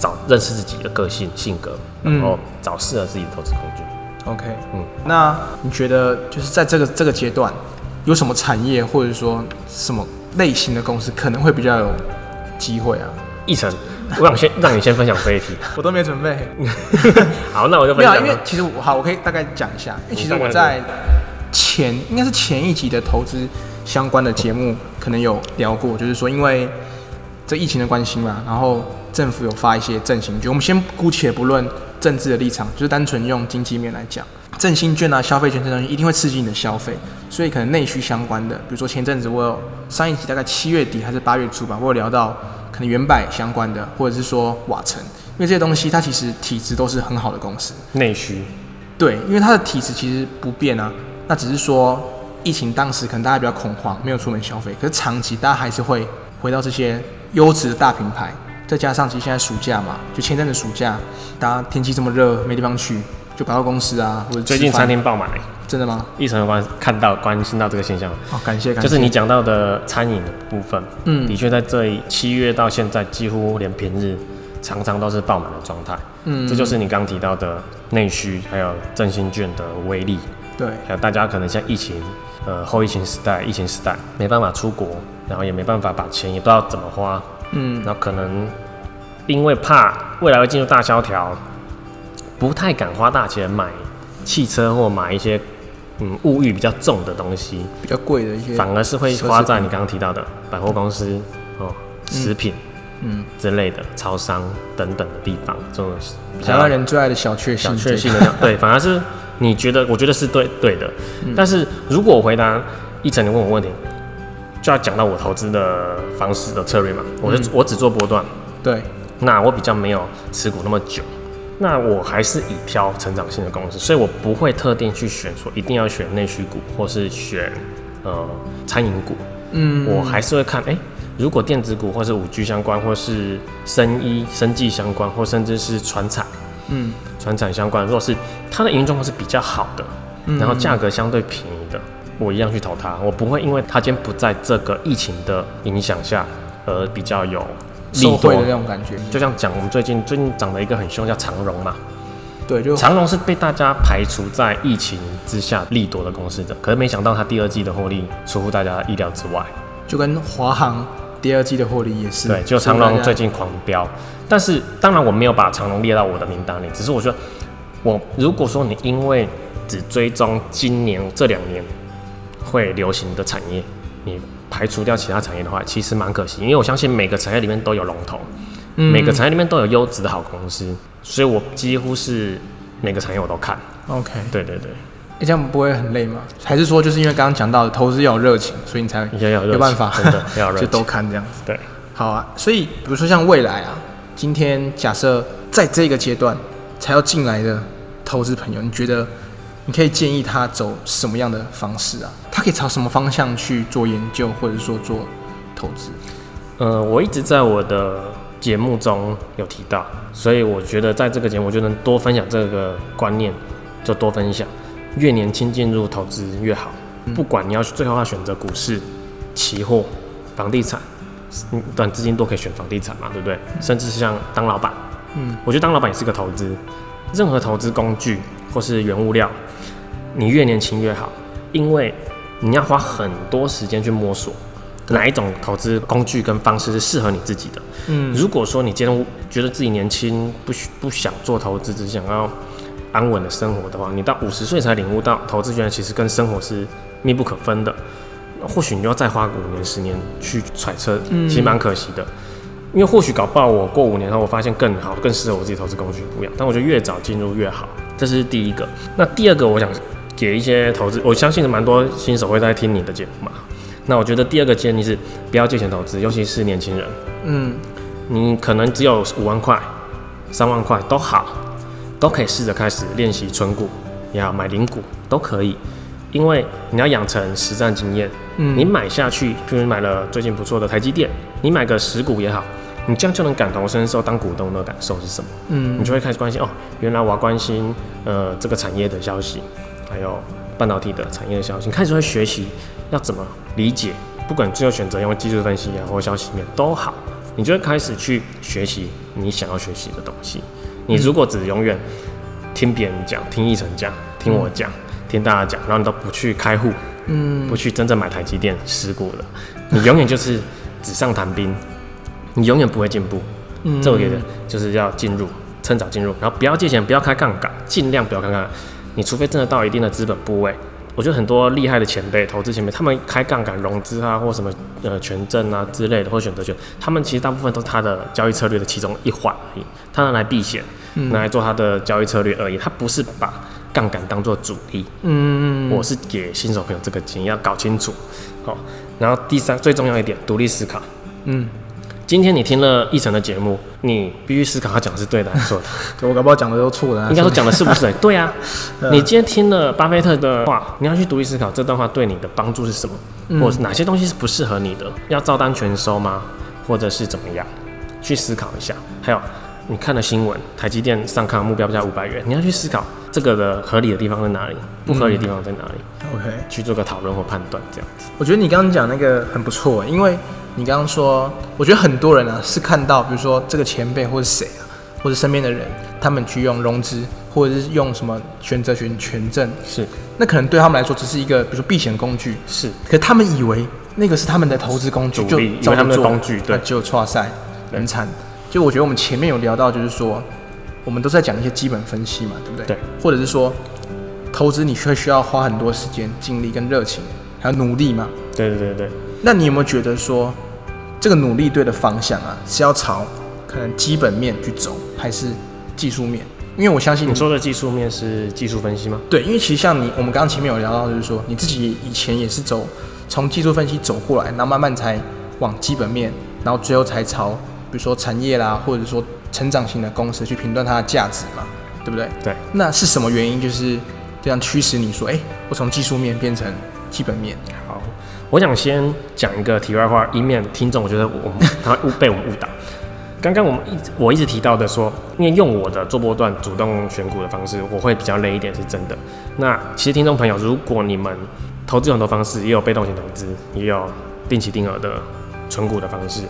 [SPEAKER 2] 找认识自己的个性性格，然
[SPEAKER 1] 嗯
[SPEAKER 2] 后找适合自己的投资工具。
[SPEAKER 1] OK，
[SPEAKER 2] 嗯
[SPEAKER 1] 那你觉得就是在这个这个阶段，有什么产业或者说什么类型的公司可能会比较有机会啊？
[SPEAKER 2] 一晨，我想先让你先分享这一题。
[SPEAKER 1] 我都没准备，
[SPEAKER 2] 好，那我就
[SPEAKER 1] 没
[SPEAKER 2] 分
[SPEAKER 1] 有啊，
[SPEAKER 2] 享嗯
[SPEAKER 1] 因为
[SPEAKER 2] 了。
[SPEAKER 1] 其实我好，我可以大概讲一下，因为其实
[SPEAKER 2] 大概
[SPEAKER 1] 我在前应该是前一集的投资相关的节目可能有聊过，就是说因为这疫情的关系嘛，然后政府有发一些振兴券，我们先姑且不论政治的立场，就是单纯用经济面来讲，振兴券啊、消费券这东西一定会刺激你的消费，所以可能内需相关的，比如说前阵子我有上一集大概七月底还是八月初吧，我有聊到可能原百相关的，或者是说瓦城，因为这些东西它其实体质都是很好的公司，
[SPEAKER 2] 内需，
[SPEAKER 1] 对，因为它的体质其实不变啊，那只是说疫情当时可能大家比较恐慌，没有出门消费，可是长期大家还是会回到这些优质的大品牌，再加上其实现在暑假嘛，就前阵子暑假，大家天气这么热，没地方去，就跑到公司啊，或者
[SPEAKER 2] 最
[SPEAKER 1] 吃
[SPEAKER 2] 近
[SPEAKER 1] 饭
[SPEAKER 2] 餐厅爆满欸，
[SPEAKER 1] 真的吗？
[SPEAKER 2] 一晨有关看到关心到这个现象吗，
[SPEAKER 1] 哦，感谢感
[SPEAKER 2] 就
[SPEAKER 1] 谢，
[SPEAKER 2] 是你讲到的餐饮的部分，
[SPEAKER 1] 嗯
[SPEAKER 2] 的确在这一七月到现在，几乎连平日常常都是爆满的状态，
[SPEAKER 1] 嗯
[SPEAKER 2] 这就是你刚提到的内需，还有振兴券的威力，
[SPEAKER 1] 对，
[SPEAKER 2] 还有大家可能像疫情，呃，后疫情时代，疫情时代没办法出国，然后也没办法把钱也不知道怎么花，
[SPEAKER 1] 嗯
[SPEAKER 2] 那可能因为怕未来会进入大萧条，不太敢花大钱买汽车或买一些嗯物欲比较重的东西，
[SPEAKER 1] 比较贵的一些，
[SPEAKER 2] 反而是会花在你刚刚提到的百货公司哦、食品
[SPEAKER 1] 嗯，
[SPEAKER 2] 之类的、超商等等的地方，这种比
[SPEAKER 1] 台
[SPEAKER 2] 较
[SPEAKER 1] 湾人最爱的小确幸，
[SPEAKER 2] 小确幸的那种，对，反而是你觉得，我觉得是对对的。但是如果我回答一晨你问我问题，就要讲到我投资的方式的策略嘛，我就、我只做波段。
[SPEAKER 1] 对，
[SPEAKER 2] 那我比较没有持股那么久，那我还是以挑成长性的公司，所以我不会特定去选说一定要选内需股或是选呃餐饮股，
[SPEAKER 1] 嗯，
[SPEAKER 2] 我还是会看诶，如果电子股或是五 G 相关，或是生医、生技相关，或甚至是船产、
[SPEAKER 1] 嗯
[SPEAKER 2] 船产相关，如果是它的营运状况是比较好的，
[SPEAKER 1] 嗯
[SPEAKER 2] 然后价格相对便宜的，我一样去投它，我不会因为它今天不在这个疫情的影响下而比较有利
[SPEAKER 1] 受惠
[SPEAKER 2] 多
[SPEAKER 1] 的那种感觉，
[SPEAKER 2] 就像讲我们最近最近涨了一个很凶叫长荣嘛，
[SPEAKER 1] 对，就
[SPEAKER 2] 长荣是被大家排除在疫情之下利多的公司的，可是没想到它第二季的获利出乎大家意料之外，
[SPEAKER 1] 就跟华航第二季的获利也是，
[SPEAKER 2] 对，就长荣最近狂飙，但是当然我没有把长荣列到我的名单里，只是我觉得我如果说你因为只追踪今年这两年会流行的产业，你排除掉其他产业的话，其实蛮可惜，因为我相信每个产业里面都有龙头，每个产业里面都有优质的好公司，所以我几乎是每个产业我都看。
[SPEAKER 1] OK，
[SPEAKER 2] 对对对，
[SPEAKER 1] 欸这样不会很累吗？还是说就是因为刚刚讲到的投资要有热情，所以你才
[SPEAKER 2] 要要有热情
[SPEAKER 1] 有办法，
[SPEAKER 2] 真的要有热
[SPEAKER 1] [LAUGHS] 就
[SPEAKER 2] 情
[SPEAKER 1] 都看这样子。
[SPEAKER 2] 对，
[SPEAKER 1] 好啊，所以比如说像未来啊，今天假设在这个阶段才要进来的投资朋友，你觉得你可以建议他走什么样的方式啊？他可以朝什么方向去做研究，或者说做投资？
[SPEAKER 2] 呃，我一直在我的节目中有提到，所以我觉得在这个节目就能多分享这个观念，就多分享。越年轻进入投资越好，不管你要最后要选择股市、期货、房地产，嗯短资金都可以选房地产嘛，对不对？甚至是像当老板，
[SPEAKER 1] 嗯，
[SPEAKER 2] 我觉得当老板也是个投资，任何投资工具或是原物料，你越年轻越好，因为你要花很多时间去摸索哪一种投资工具跟方式是适合你自己的。
[SPEAKER 1] 嗯
[SPEAKER 2] 如果说你今天觉得自己年轻，不需不想做投资，只想要安稳的生活的话，你到五十岁才领悟到投资原来其实跟生活是密不可分的。或许你就要再花个五年、十年去揣测，其实蛮可惜的。因为或许搞不好我过五年后，我发现更好、更适合我自己投资工具不一样，但我觉得越早进入越好，这是第一个。那第二个，我想给一些投资，我相信蛮多新手会在听你的节目嘛。那我觉得第二个建议是不要借钱投资，尤其是年轻人，
[SPEAKER 1] 嗯，
[SPEAKER 2] 你可能只有五万块、三万块都好，都可以试着开始练习存股也好，买零股都可以。因为你要养成实战经验。
[SPEAKER 1] 嗯
[SPEAKER 2] 你买下去，譬如买了最近不错的台积电，你买个十股也好，你这样就能感同身受当股东的感受是什么。
[SPEAKER 1] 嗯
[SPEAKER 2] 你就会开始关心哦，原来我要关心呃这个产业的消息，还有半导体的产业的消息，你开始会学习要怎么理解，不管最后选择用技术分析啊或消息面都好，你就会开始去学习你想要学习的东西。你如果只永远听别人讲、听议程讲、听我讲、听大家讲，然后你都不去开户，
[SPEAKER 1] 嗯
[SPEAKER 2] 不去真正买台积电持股了，你永远就是纸上谈兵，你永远不会进步。
[SPEAKER 1] 嗯
[SPEAKER 2] 这我觉得就是要进入，趁早进入，然后不要借钱，不要开杠杆，尽量不要开杠杆。你除非真的到一定的资本部位，我觉得很多厉害的前辈、投资前辈，他们开杠杆融资啊，或什么呃权证啊之类的，或选择权，他们其实大部分都是他的交易策略的其中一环而已，他拿来避险，拿来做他的交易策略而已，他不是把杠杆当做主力。
[SPEAKER 1] 嗯
[SPEAKER 2] 我是给新手朋友这个建议，要搞清楚。好、然后第三最重要一点，独立思考。
[SPEAKER 1] 嗯，
[SPEAKER 2] 今天你听了一晨的节目，你必须思考他讲的是对的还是
[SPEAKER 1] [LAUGHS]
[SPEAKER 2] 错的。
[SPEAKER 1] 我搞不好讲的都错了啊，
[SPEAKER 2] 应该
[SPEAKER 1] 说
[SPEAKER 2] 说讲的是
[SPEAKER 1] [LAUGHS]
[SPEAKER 2] 不是对？对啊，
[SPEAKER 1] 嗯
[SPEAKER 2] 你今天听了巴菲特的话，你要去独立思考这段话对你的帮助是什么，
[SPEAKER 1] 嗯
[SPEAKER 2] 或者是哪些东西是不适合你的，要照单全收吗？或者是怎么样？去思考一下。还有，你看了新闻，台积电上看目标价五百元，你要去思考这个的合理的地方在哪里，不合理的地方在哪里，
[SPEAKER 1] OK。
[SPEAKER 2] 去做个讨论或判断，这样子。
[SPEAKER 1] 我觉得你刚刚讲那个很不错，因为你刚刚说，我觉得很多人啊是看到，比如说这个前辈或者谁啊，或者身边的人，他们去用融资，或者是用什么选择权权证，
[SPEAKER 2] 是
[SPEAKER 1] 那可能对他们来说只是一个，比如说避险工具，
[SPEAKER 2] 是，
[SPEAKER 1] 可他们以为那个是他们的投资工具，
[SPEAKER 2] 主
[SPEAKER 1] 就
[SPEAKER 2] 力
[SPEAKER 1] 照
[SPEAKER 2] 以为他们的
[SPEAKER 1] 着做
[SPEAKER 2] 工具
[SPEAKER 1] 那
[SPEAKER 2] 对
[SPEAKER 1] 只有错赛，
[SPEAKER 2] 对
[SPEAKER 1] 很惨。就我觉得我们前面有聊到，就是说嗯我们都在讲一些基本分析嘛，对不对？
[SPEAKER 2] 对。
[SPEAKER 1] 或者是说，投资你却需要花很多时间、精力跟热情，还有努力嘛。
[SPEAKER 2] 对对对对，
[SPEAKER 1] 那你有没有觉得说，这个努力对的方向啊，是要朝可能基本面去走，还是技术面？因为我相信
[SPEAKER 2] 你
[SPEAKER 1] 你
[SPEAKER 2] 说的技术面是技术分析吗？
[SPEAKER 1] 对，因为其实像你，我们刚刚前面有聊到，就是说你自己以前也是走从技术分析走过来，然后慢慢才往基本面，然后最后才朝比如说产业啦，或者说成长型的公司去评断它的价值嘛，对不对？
[SPEAKER 2] 对。
[SPEAKER 1] 那是什么原因就是这样驱使你说，哎，我从技术面变成基本面？
[SPEAKER 2] 好，我想先讲一个题外话，以免听众觉得我们他误被我们误导。刚刚我们一直我一直提到的说，因为用我的做波段主动选股的方式，我会比较累一点，是真的。那其实听众朋友，如果你们投资有很多方式，也有被动型投资，也有定期定额的存股的方式，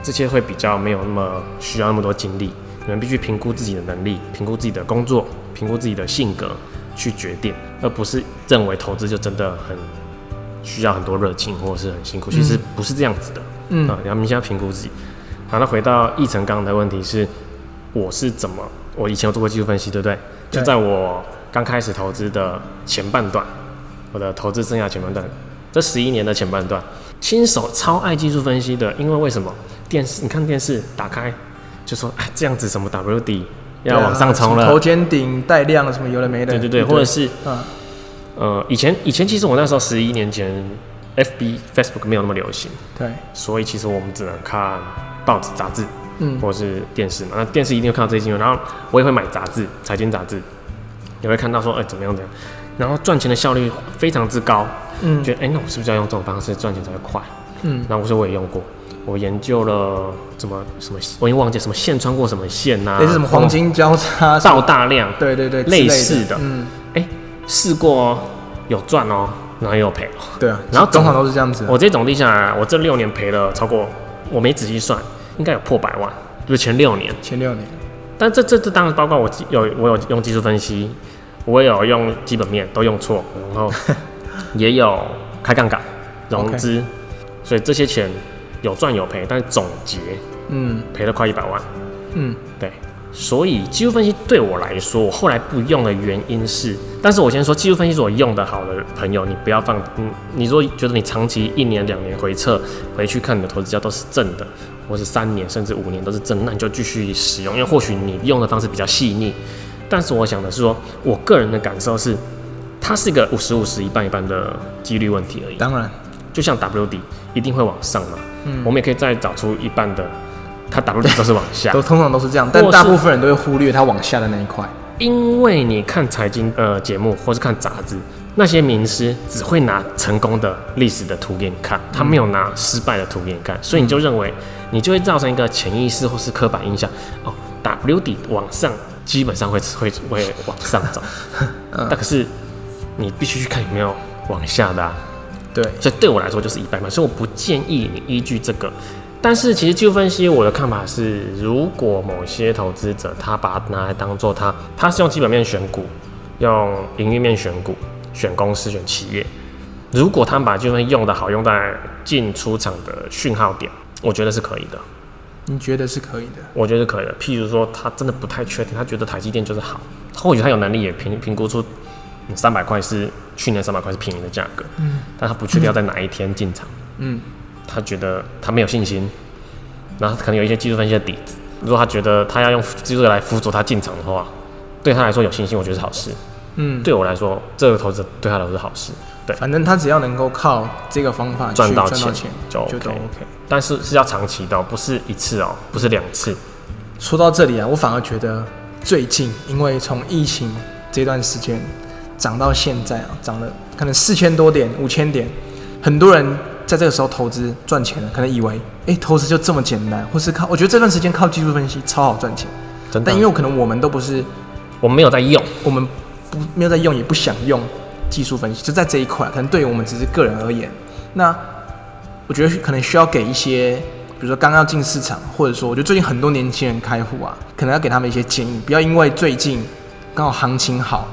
[SPEAKER 2] 这些会比较没有那么需要那么多精力。你们必须评估自己的能力，评估自己的工作，评估自己的性格去决定，而不是认为投资就真的很需要很多热情或者是很辛苦，其实不是这样子的。
[SPEAKER 1] 嗯
[SPEAKER 2] 啊，你要先要评估自己。好，那回到易成刚刚的问题是，我是怎么？我以前有做过技术分析，对不对？
[SPEAKER 1] 对
[SPEAKER 2] 就在我刚开始投资的前半段，我的投资生涯前半段，这十一年的前半段，新手超爱技术分析的，因为为什么？电视，你看电视打开就说，哎，这样子什么 WD 要往上冲
[SPEAKER 1] 对啊
[SPEAKER 2] 了，
[SPEAKER 1] 什么头肩顶带量什么有的没的，
[SPEAKER 2] 对对对，或者是
[SPEAKER 1] 嗯
[SPEAKER 2] 呃，以前以前其实我那时候十一年前，FB Facebook 没有那么流行，
[SPEAKER 1] 对，
[SPEAKER 2] 所以其实我们只能看报纸、杂志，
[SPEAKER 1] 嗯
[SPEAKER 2] 或是电视嘛。那电视一定会看到这些新闻，然后我也会买杂志、财经杂志，也会看到说，哎、怎么样怎么样，然后赚钱的效率非常之高，
[SPEAKER 1] 嗯
[SPEAKER 2] 觉得哎、那我是不是要用这种方式赚钱才会快？
[SPEAKER 1] 嗯
[SPEAKER 2] 那我说我也用过。我研究了怎么什么，我已经忘记什么线穿过什么线呐、啊，
[SPEAKER 1] 类似什么黄金交叉什
[SPEAKER 2] 爆
[SPEAKER 1] 么，
[SPEAKER 2] 大量，
[SPEAKER 1] 对对对，之
[SPEAKER 2] 类
[SPEAKER 1] 的
[SPEAKER 2] 似的
[SPEAKER 1] 嗯，
[SPEAKER 2] 哎、试过哦，有赚哦，然后也有赔哦。
[SPEAKER 1] 对啊，
[SPEAKER 2] 然后
[SPEAKER 1] 通常都是这样子啊，
[SPEAKER 2] 我这总定下来，我这六年赔了超过，我没仔细算，应该有破百万，就是前六年。
[SPEAKER 1] 前六年。
[SPEAKER 2] 但这这这当然包括我技有我有用技术分析，我也有用基本面都用错，然后也有开杠杆融资所以这些钱有赚有赔，但总结
[SPEAKER 1] 嗯
[SPEAKER 2] 赔了快一百万。
[SPEAKER 1] 嗯
[SPEAKER 2] 对，所以技术分析对我来说，我后来不用的原因是，但是我先说技术分析是我用的好的朋友，你不要放，嗯，你说觉得你长期一年两年回撤回去看你的投资价都是正的，或是三年甚至五年都是正，那你就继续使用，因为或许你用的方式比较细腻。但是我想的是说，我个人的感受是，它是一个五十五十一半一半的几率问题而已。
[SPEAKER 1] 当然，
[SPEAKER 2] 就像 WD 一定会往上嘛，我们也可以再找出一半的，它 WD 都是往下，
[SPEAKER 1] 都通常都是这样，但
[SPEAKER 2] 或是
[SPEAKER 1] 大部分人都会忽略它往下的那一块。
[SPEAKER 2] 因为你看财经呃节目或是看杂志，那些名师只会拿成功的历史的图给你看，他没有拿失败的图给你看，所以你就认为你就会造成一个潜意识或是刻板印象，哦，W 底往上基本上会 [LAUGHS] 会会往上走，但可是你必须去看有没有往下的、啊，
[SPEAKER 1] 对，
[SPEAKER 2] 所以对我来说就是一般般，所以我不建议你依据这个。但是其实技术分析，我的看法是，如果某些投资者他把它拿来当做他，他是用基本面选股，用营运面选股，选公司选企业。如果他们把技术分析用的好，用在进出场的讯号点，我觉得是可以的，
[SPEAKER 1] 你觉得是可以的？
[SPEAKER 2] 我觉得是可以的。譬如说，他真的不太确定，他觉得台积电就是好，或许他有能力也评评估出嗯三百块是去年三百块是便宜的价格，嗯，但他不确定要在哪一天进场。
[SPEAKER 1] 嗯，
[SPEAKER 2] 他觉得他没有信心，然后他可能有一些技术分析的底子。如果他觉得他要用技术来辅佐他进场的话，对他来说有信心，我觉得是好事。
[SPEAKER 1] 嗯，
[SPEAKER 2] 对我来说，这个投资对他来说是好事。对，
[SPEAKER 1] 反正他只要能够靠这个方法去赚
[SPEAKER 2] 赚到
[SPEAKER 1] 到
[SPEAKER 2] 钱
[SPEAKER 1] 钱，
[SPEAKER 2] 就
[SPEAKER 1] 就都
[SPEAKER 2] OK
[SPEAKER 1] OK。
[SPEAKER 2] 但是是要长期的、哦，不是一次哦，不是两次。
[SPEAKER 1] 说到这里啊，我反而觉得最近，因为从疫情这段时间涨到现在啊，涨了可能四千多点、五千点，很多人在这个时候投资赚钱了，可能以为诶投资就这么简单，或是靠我觉得这段时间靠技术分析超好赚钱，
[SPEAKER 2] 真的，
[SPEAKER 1] 但因为可能我们都不是
[SPEAKER 2] 我们没有在用，
[SPEAKER 1] 我们不没有在用，也不想用技术分析，就在这一块，可能对于我们只是个人而言，那我觉得可能需要给一些，比如说刚要进市场，或者说我觉得最近很多年轻人开户啊，可能要给他们一些建议，不要因为最近刚好行情好，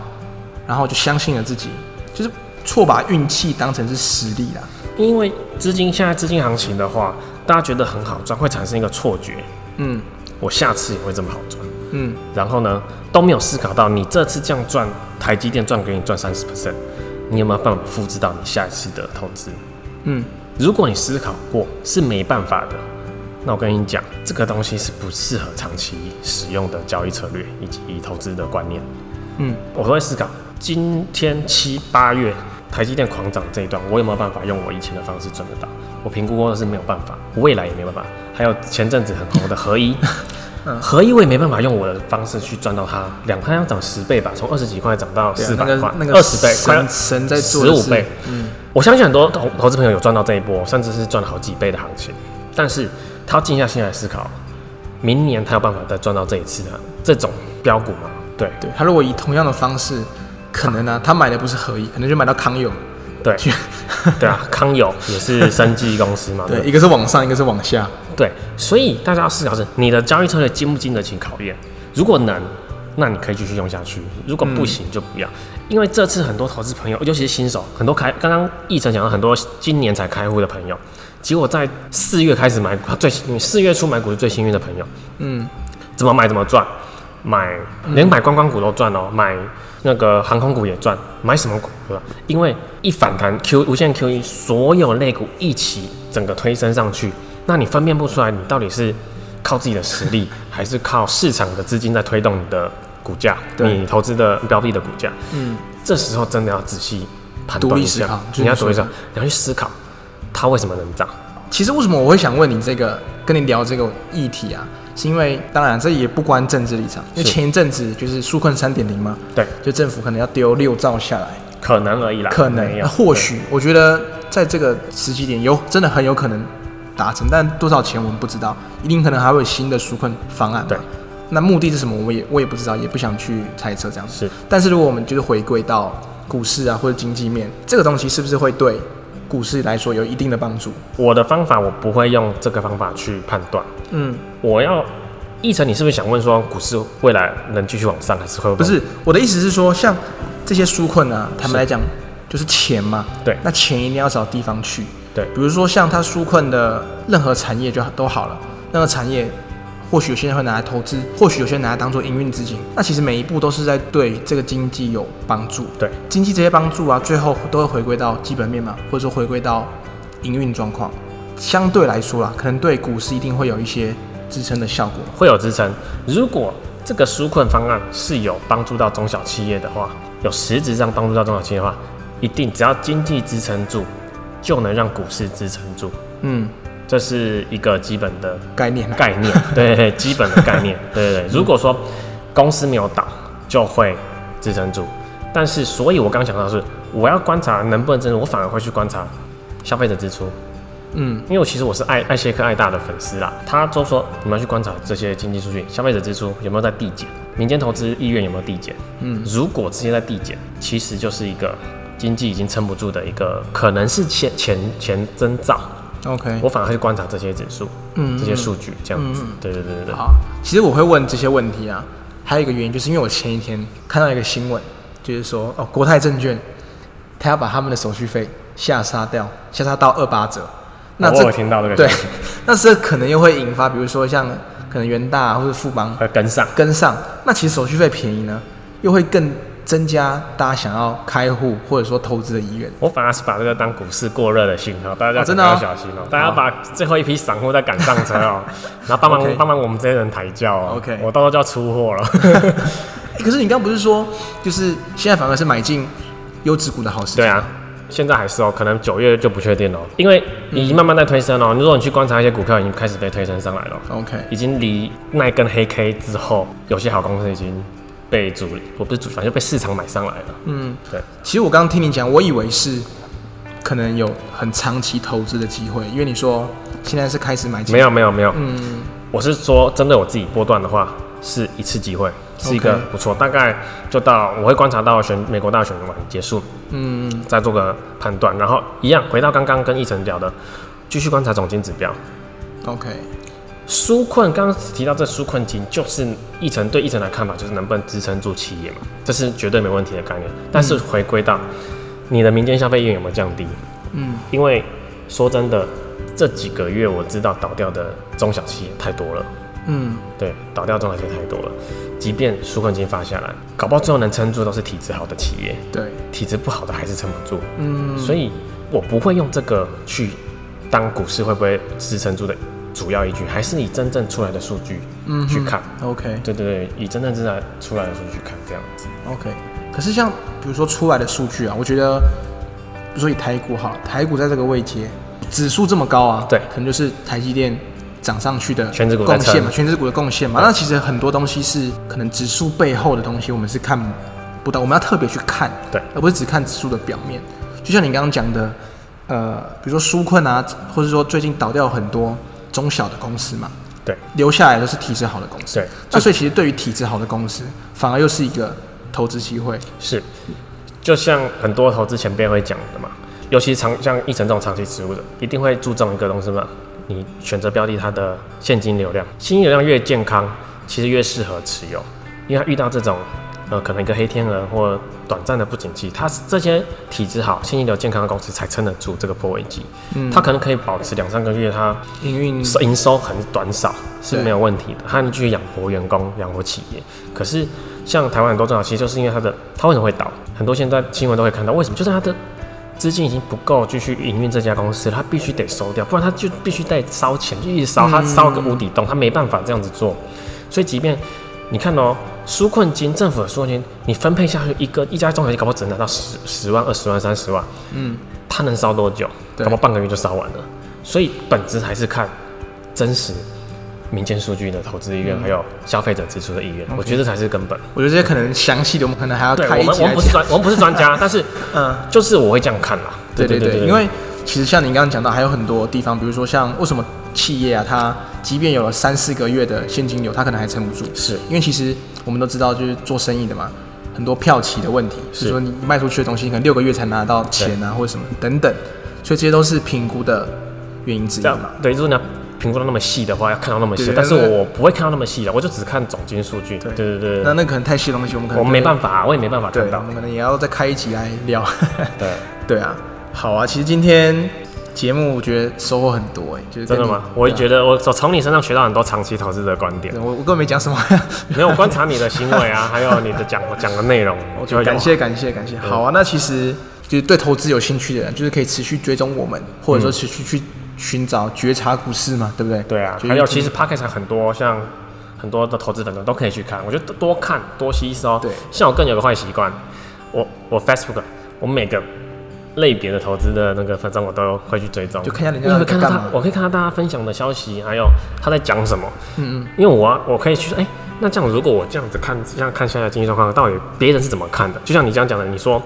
[SPEAKER 1] 然后就相信了自己，就是错把运气当成是实力啦。
[SPEAKER 2] 因为资金现在资金行情的话，大家觉得很好赚，会产生一个错觉，
[SPEAKER 1] 嗯
[SPEAKER 2] 我下次也会这么好赚。
[SPEAKER 1] 嗯，
[SPEAKER 2] 然后呢都没有思考到你这次这样赚台积电赚给你赚三十 percent，你有没有办法复制到你下一次的投资？
[SPEAKER 1] 嗯，
[SPEAKER 2] 如果你思考过是没办法的，那我跟你讲，这个东西是不适合长期使用的交易策略以及投资的观念。
[SPEAKER 1] 嗯，
[SPEAKER 2] 我都会思考，今天七八月台积电狂涨这一段，我有没有办法用我以前的方式赚得到？我评估过的是没有办法，未来也没办法。还有前阵子很红的合
[SPEAKER 1] [LAUGHS]
[SPEAKER 2] 一，
[SPEAKER 1] 嗯
[SPEAKER 2] 合一我也没办法用我的方式去赚到它，两块要涨十倍吧，从二十几块涨到
[SPEAKER 1] 对啊
[SPEAKER 2] 四百
[SPEAKER 1] 那个
[SPEAKER 2] 块
[SPEAKER 1] 那，个
[SPEAKER 2] 二十倍，
[SPEAKER 1] 神
[SPEAKER 2] 快要
[SPEAKER 1] 神在做
[SPEAKER 2] 十
[SPEAKER 1] 的
[SPEAKER 2] 五
[SPEAKER 1] 事
[SPEAKER 2] 倍。嗯，我相信很多投投资朋友有赚到这一波，甚至是赚了好几倍的行情，但是他要静下心来思考，明年他有办法再赚到这一次的这种标股吗？对
[SPEAKER 1] 对他如果以同样的方式，可能呢、他买的不是合一，可能就买到康友，
[SPEAKER 2] 对对啊，康友也是生技公司嘛，对
[SPEAKER 1] 对，
[SPEAKER 2] 不对
[SPEAKER 1] 一个是往上，一个是往下。
[SPEAKER 2] 对，所以大家要思考是你的交易策略经不经得起考验。如果能，那你可以继续用下去；如果不行，就不要。因为这次很多投资朋友，尤其是新手，很多开刚刚议程讲到很多今年才开户的朋友，结果在四月开始买股，最幸运四月初买股是最幸运的朋友，
[SPEAKER 1] 嗯，
[SPEAKER 2] 怎么买怎么赚，买连买观光股都赚哦，买那个航空股也赚，买什么股都赚，因为一反弹 Q 无限 QE，所有类股一起整个推升上去，那你分辨不出来你到底是靠自己的实力，还是靠市场的资金在推动你的股价，
[SPEAKER 1] 对
[SPEAKER 2] 你投资的标的的股价，
[SPEAKER 1] 嗯，
[SPEAKER 2] 这时候真的要仔细判
[SPEAKER 1] 独
[SPEAKER 2] 断
[SPEAKER 1] 立
[SPEAKER 2] 一
[SPEAKER 1] 思
[SPEAKER 2] 下
[SPEAKER 1] 考，就是
[SPEAKER 2] 你要独立思
[SPEAKER 1] 说
[SPEAKER 2] 考，你要去思考它为什么能涨，
[SPEAKER 1] 其实为什么我会想问你这个，跟你聊这个议题啊，是因为当然这也不关政治立场，因为
[SPEAKER 2] 是
[SPEAKER 1] 前一阵子就是纾困三点零嘛，
[SPEAKER 2] 对，
[SPEAKER 1] 就政府可能要丢六兆下来，
[SPEAKER 2] 可能而已啦，
[SPEAKER 1] 可能
[SPEAKER 2] 没
[SPEAKER 1] 那
[SPEAKER 2] 有
[SPEAKER 1] 或
[SPEAKER 2] 对
[SPEAKER 1] 许我觉得在这个时机点有真的很有可能达成，但多少钱我们不知道，一定可能还会有新的纾困方案嘛。
[SPEAKER 2] 对
[SPEAKER 1] 那目的是什么？我也我也不知道，也不想去猜测这样子。
[SPEAKER 2] 是
[SPEAKER 1] 但是如果我们就是回归到股市啊或者经济面，这个东西是不是会对股市来说有一定的帮助？
[SPEAKER 2] 我的方法，我不会用这个方法去判断。
[SPEAKER 1] 嗯，
[SPEAKER 2] 我要议程，你是不是想问说股市未来能继续往上，还是会
[SPEAKER 1] 不？是我的意思是说，像这些纾困啊，坦白来讲就是钱嘛。
[SPEAKER 2] 对
[SPEAKER 1] 那钱一定要找地方去。
[SPEAKER 2] 对
[SPEAKER 1] 比如说像它纾困的任何产业就都好了，任何产业。或许有些人会拿来投资，或许有些人拿来当做营运资金。那其实每一步都是在对这个经济有帮助。
[SPEAKER 2] 对，
[SPEAKER 1] 经济这些帮助啊，最后都会回归到基本面嘛，或者说回归到营运状况。相对来说啦，啊可能对股市一定会有一些支撑的效果。
[SPEAKER 2] 会有支撑。如果这个纾困方案是有帮助到中小企业的话，有实质上帮助到中小企业的话，一定只要经济支撑住，就能让股市支撑住。
[SPEAKER 1] 嗯，
[SPEAKER 2] 这是一个基本的
[SPEAKER 1] 概念啊啦。
[SPEAKER 2] 概念，对对，基本的概念，对对对。如果说公司没有倒，就会支撑住。但是，所以我刚讲到的是，我要观察能不能增值，我反而会去观察消费者支出。
[SPEAKER 1] 嗯，
[SPEAKER 2] 因为我其实我是爱爱谢克爱大的粉丝啦，他就说你们要去观察这些经济数据，消费者支出有没有在递减，民间投资意愿有没有递减。嗯，如果这些在递减，其实就是一个经济已经撑不住的一个可能是前前前征兆。
[SPEAKER 1] ，OK，
[SPEAKER 2] 我反而去观察这些指数，嗯，这些数据这样子。对对对对对。
[SPEAKER 1] 嗯好，啊其实我会问这些问题啊，还有一个原因就是因为我前一天看到一个新闻，就是说哦，国泰证券他要把他们的手续费下杀掉，下杀到二八折。那
[SPEAKER 2] 哦
[SPEAKER 1] 这
[SPEAKER 2] 我有听到这个
[SPEAKER 1] 对
[SPEAKER 2] 消息，
[SPEAKER 1] [LAUGHS] 那这可能又会引发，比如说像可能元大、啊、或者富邦
[SPEAKER 2] 会跟上，
[SPEAKER 1] 跟上，那其实手续费便宜呢，又会更增加大家想要开户或者说投资的意愿。 [LAUGHS]
[SPEAKER 2] 我反而是把这个当股市过热的信号，大家
[SPEAKER 1] 哦真
[SPEAKER 2] 真
[SPEAKER 1] 的
[SPEAKER 2] 的
[SPEAKER 1] 哦
[SPEAKER 2] 要小心哦、大家把最后一批散户再赶上车哦、然后帮
[SPEAKER 1] OK
[SPEAKER 2] 忙帮忙我们这些人抬轿哦、
[SPEAKER 1] OK
[SPEAKER 2] 我到时候就要出
[SPEAKER 1] [LAUGHS]
[SPEAKER 2] 货了。
[SPEAKER 1] 欸可是你刚不是说，就是现在反而是买进优质股的好时机？
[SPEAKER 2] 对啊，现在还是哦、可能九月就不确定了、因为已经慢慢在推升了、哦你如果你去观察一些股票，已经开始被推升上来了、
[SPEAKER 1] ，OK，
[SPEAKER 2] 已经离那一根黑 K 之后，有些好公司已经被主，我不是主，反正就被市场买上来了。嗯，对。
[SPEAKER 1] 其实我刚刚听你讲，我以为是可能有很长期投资的机会，因为你说现在是开始买进，
[SPEAKER 2] 没有没有没有，嗯，我是说针对我自己波段的话，是一次机会，是一个
[SPEAKER 1] OK
[SPEAKER 2] 不错，大概就到我会观察到选美国大选完结束，嗯，再做个判断，然后一样回到刚刚跟奕晨聊的，继续观察总金指标。
[SPEAKER 1] ，OK，
[SPEAKER 2] 纾困刚刚提到这纾困金，就是议程对议程的看法，就是能不能支撑住企业嘛，这是绝对没问题的概念。但是回归到你的民间消费意愿有没有降低？嗯，因为说真的，这几个月我知道倒掉的中小企业太多了，
[SPEAKER 1] 嗯，
[SPEAKER 2] 对，倒掉中小企业太多了。即便纾困金发下来，搞不好最后能撑住都是体质好的企业，
[SPEAKER 1] 对，
[SPEAKER 2] 体质不好的还是撑不住。嗯，所以我不会用这个去当股市会不会支撑住的主要依据，还是以真正出来的数据去看。
[SPEAKER 1] ，OK，
[SPEAKER 2] 对对对，以真正出来出来的数据去看这样子。
[SPEAKER 1] OK，可是像比如说出来的数据啊，我觉得，比如说以台股好了，台股在这个位阶，指数这么高啊，
[SPEAKER 2] 对
[SPEAKER 1] 可能就是台积电涨上去的
[SPEAKER 2] 全指股在
[SPEAKER 1] 贡献嘛，
[SPEAKER 2] 撑
[SPEAKER 1] 全指股的贡献嘛。那其实很多东西是可能指数背后的东西，我们是看不到，我们要特别去看，
[SPEAKER 2] 对
[SPEAKER 1] 而不是只看指数的表面。就像你刚刚讲的，呃，比如说纾困啊，或者说最近倒掉很多中小的公司嘛，
[SPEAKER 2] 对
[SPEAKER 1] 留下来都是体质好的公司。
[SPEAKER 2] 对，
[SPEAKER 1] 那所以其实对于体质好的公司，反而又是一个投资机会。
[SPEAKER 2] 是，就像很多投资前辈会讲的嘛，尤其长像一成这种长期持有者，一定会注重一个东西嘛，你选择标的它的现金流量，现金流量越健康，其实越适合持有，因为它遇到这种呃可能一个黑天鹅或短暂的不景气，它是这些体质好、现金流健康的公司才撑得住这个破危机，它可能可以保持两三个月它
[SPEAKER 1] 营运
[SPEAKER 2] 收营收很短少是没有问题的，他能继续养活员工、养活企业。可是像台湾很多中小企业，就是因为它的它为什么会倒，很多现在新闻都会看到为什么，就是它的资金已经不够继续营运这家公司，它必须得收掉，不然它就必须得烧钱，就一直烧，它烧个无底洞，它没办法这样子做。所以即便你看哦，纾困金政府的纾困金，你分配下去一个一家中小企业，搞不好只能拿到十十万、二十万、三十万，嗯，它能烧多久？
[SPEAKER 1] 对
[SPEAKER 2] 搞不好半个月就烧完了。所以本质还是看真实民间数据的投资意
[SPEAKER 1] 嗯
[SPEAKER 2] 愿，还有消费者支出的意愿，我觉得这才是根本。
[SPEAKER 1] 我觉得这些可能详细的，我们可能还要
[SPEAKER 2] 对
[SPEAKER 1] 开
[SPEAKER 2] 我
[SPEAKER 1] 一
[SPEAKER 2] 们，
[SPEAKER 1] 集
[SPEAKER 2] 我
[SPEAKER 1] 来
[SPEAKER 2] 们不是
[SPEAKER 1] 讲。
[SPEAKER 2] 专，我们不是
[SPEAKER 1] [LAUGHS]
[SPEAKER 2] 专家，但是
[SPEAKER 1] 嗯，
[SPEAKER 2] 就是我会这样看啦。
[SPEAKER 1] 对对对，因为其实像您刚刚讲到，还有很多地方，比如说像为什么企业啊，它即便有了三四个月的现金流，它可能还撑不住，
[SPEAKER 2] 是
[SPEAKER 1] 因为其实我们都知道，就是做生意的嘛，很多票期的问题，就是说你卖出去的东西，可能六个月才拿到钱啊，或者什么等等，所以这些都是评估的原因之一
[SPEAKER 2] 这样
[SPEAKER 1] 嘛。，
[SPEAKER 2] 对，如果你要评估到那么细的话，要看到那么细
[SPEAKER 1] 对，
[SPEAKER 2] 但是
[SPEAKER 1] 那
[SPEAKER 2] 我不会看到那么细的，我就只看总金数据。对对对
[SPEAKER 1] 那
[SPEAKER 2] 对，
[SPEAKER 1] 那可能太细的东西，我们可能
[SPEAKER 2] 我们没办
[SPEAKER 1] 法，
[SPEAKER 2] 法，啊我也没办法
[SPEAKER 1] 对，
[SPEAKER 2] 看
[SPEAKER 1] 我
[SPEAKER 2] 到。
[SPEAKER 1] 们可能也要再开一集来聊。
[SPEAKER 2] [LAUGHS] 对，
[SPEAKER 1] 对啊，好啊，其实今天节目我觉得收获很多哎、就是
[SPEAKER 2] 真的吗？我也觉
[SPEAKER 1] 得，
[SPEAKER 2] 得我从你身上学到很多长期投资的观点
[SPEAKER 1] 对，我我根本没讲什么， [LAUGHS]
[SPEAKER 2] 没有我观察你的行为啊，还有你的讲讲的内容，我就会有啊
[SPEAKER 1] 感谢感谢感谢。好啊，那其实就是对投资有兴趣的人，就是可以持续追踪我们，或者说持续去寻找觉察股市嘛，对不对？
[SPEAKER 2] 嗯对啊，
[SPEAKER 1] 就是
[SPEAKER 2] 还有其实 p o c k e t 还很多，像很多的投资粉都都可以去看，我觉得多看多吸收。
[SPEAKER 1] 对
[SPEAKER 2] 像我更有个坏习惯，我我 Facebook 我每个类别的投资的那个粉砖我都会去追踪，
[SPEAKER 1] 就看一下人家
[SPEAKER 2] 因为我
[SPEAKER 1] 在
[SPEAKER 2] 嗯看到
[SPEAKER 1] 干
[SPEAKER 2] 他哦
[SPEAKER 1] 嘛，
[SPEAKER 2] 我可以看到大家分享的消息，还有他在讲什么。嗯嗯，因为我啊我可以去说，哎、那这样如果我这样子看，这样看现在的经济状况，到底别人是怎么看的？就像你这样讲的，你说。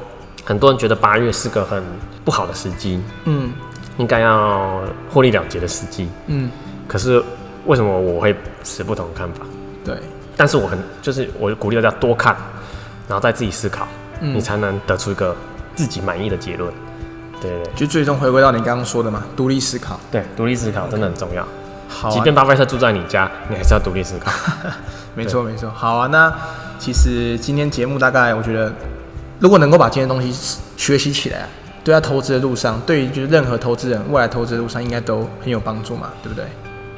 [SPEAKER 2] 很多人觉得八月是个很不好的时机，
[SPEAKER 1] 嗯
[SPEAKER 2] 应该要获利了结的时机。
[SPEAKER 1] 嗯，
[SPEAKER 2] 可是为什么我会持不同看法？
[SPEAKER 1] 对，
[SPEAKER 2] 但是我很就是我鼓励大家多看，然后再自己思考，你才能得出一个自己满意的结论。对对对
[SPEAKER 1] 就最终回归到你刚刚说的嘛，独立思考。
[SPEAKER 2] 对，独立思考真的很重要。
[SPEAKER 1] 好、
[SPEAKER 2] 即
[SPEAKER 1] 啊，
[SPEAKER 2] 便巴菲特住在你家，你还是要独立思考。
[SPEAKER 1] 没错没错，好啊。那其实今天节目大概我觉得，如果能够把今天的东西学习起来啊，对在投资的路上，对于就是任何投资人未来投资的路上，应该都很有帮助嘛，对不对？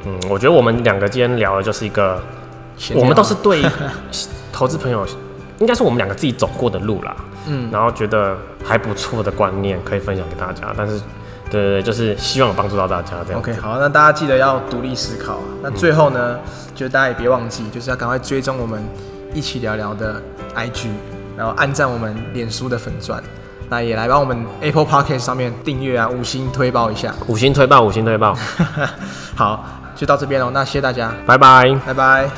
[SPEAKER 2] 嗯，我觉得我们两个今天聊的就是一个，
[SPEAKER 1] 闲聊
[SPEAKER 2] 我们都是对 [LAUGHS] 投资朋友，应该是我们两个自己走过的路啦。嗯，然后觉得还不错的观念可以分享给大家，但是，对对对，就是希望有帮助到大家这样。
[SPEAKER 1] OK，好，那大家记得要独立思考啊。那
[SPEAKER 2] 嗯
[SPEAKER 1] 最后呢，就大家也别忘记，就是要赶快追踪我们一起聊聊的 IG，然后按赞我们脸书的粉钻，那也来帮我们 Apple Podcast 上面订阅啊，五星推爆一下。 [LAUGHS]
[SPEAKER 2] 五星推爆，五星推爆，
[SPEAKER 1] 好，就到这边喽，那谢谢大家，
[SPEAKER 2] 拜拜。
[SPEAKER 1] 拜拜。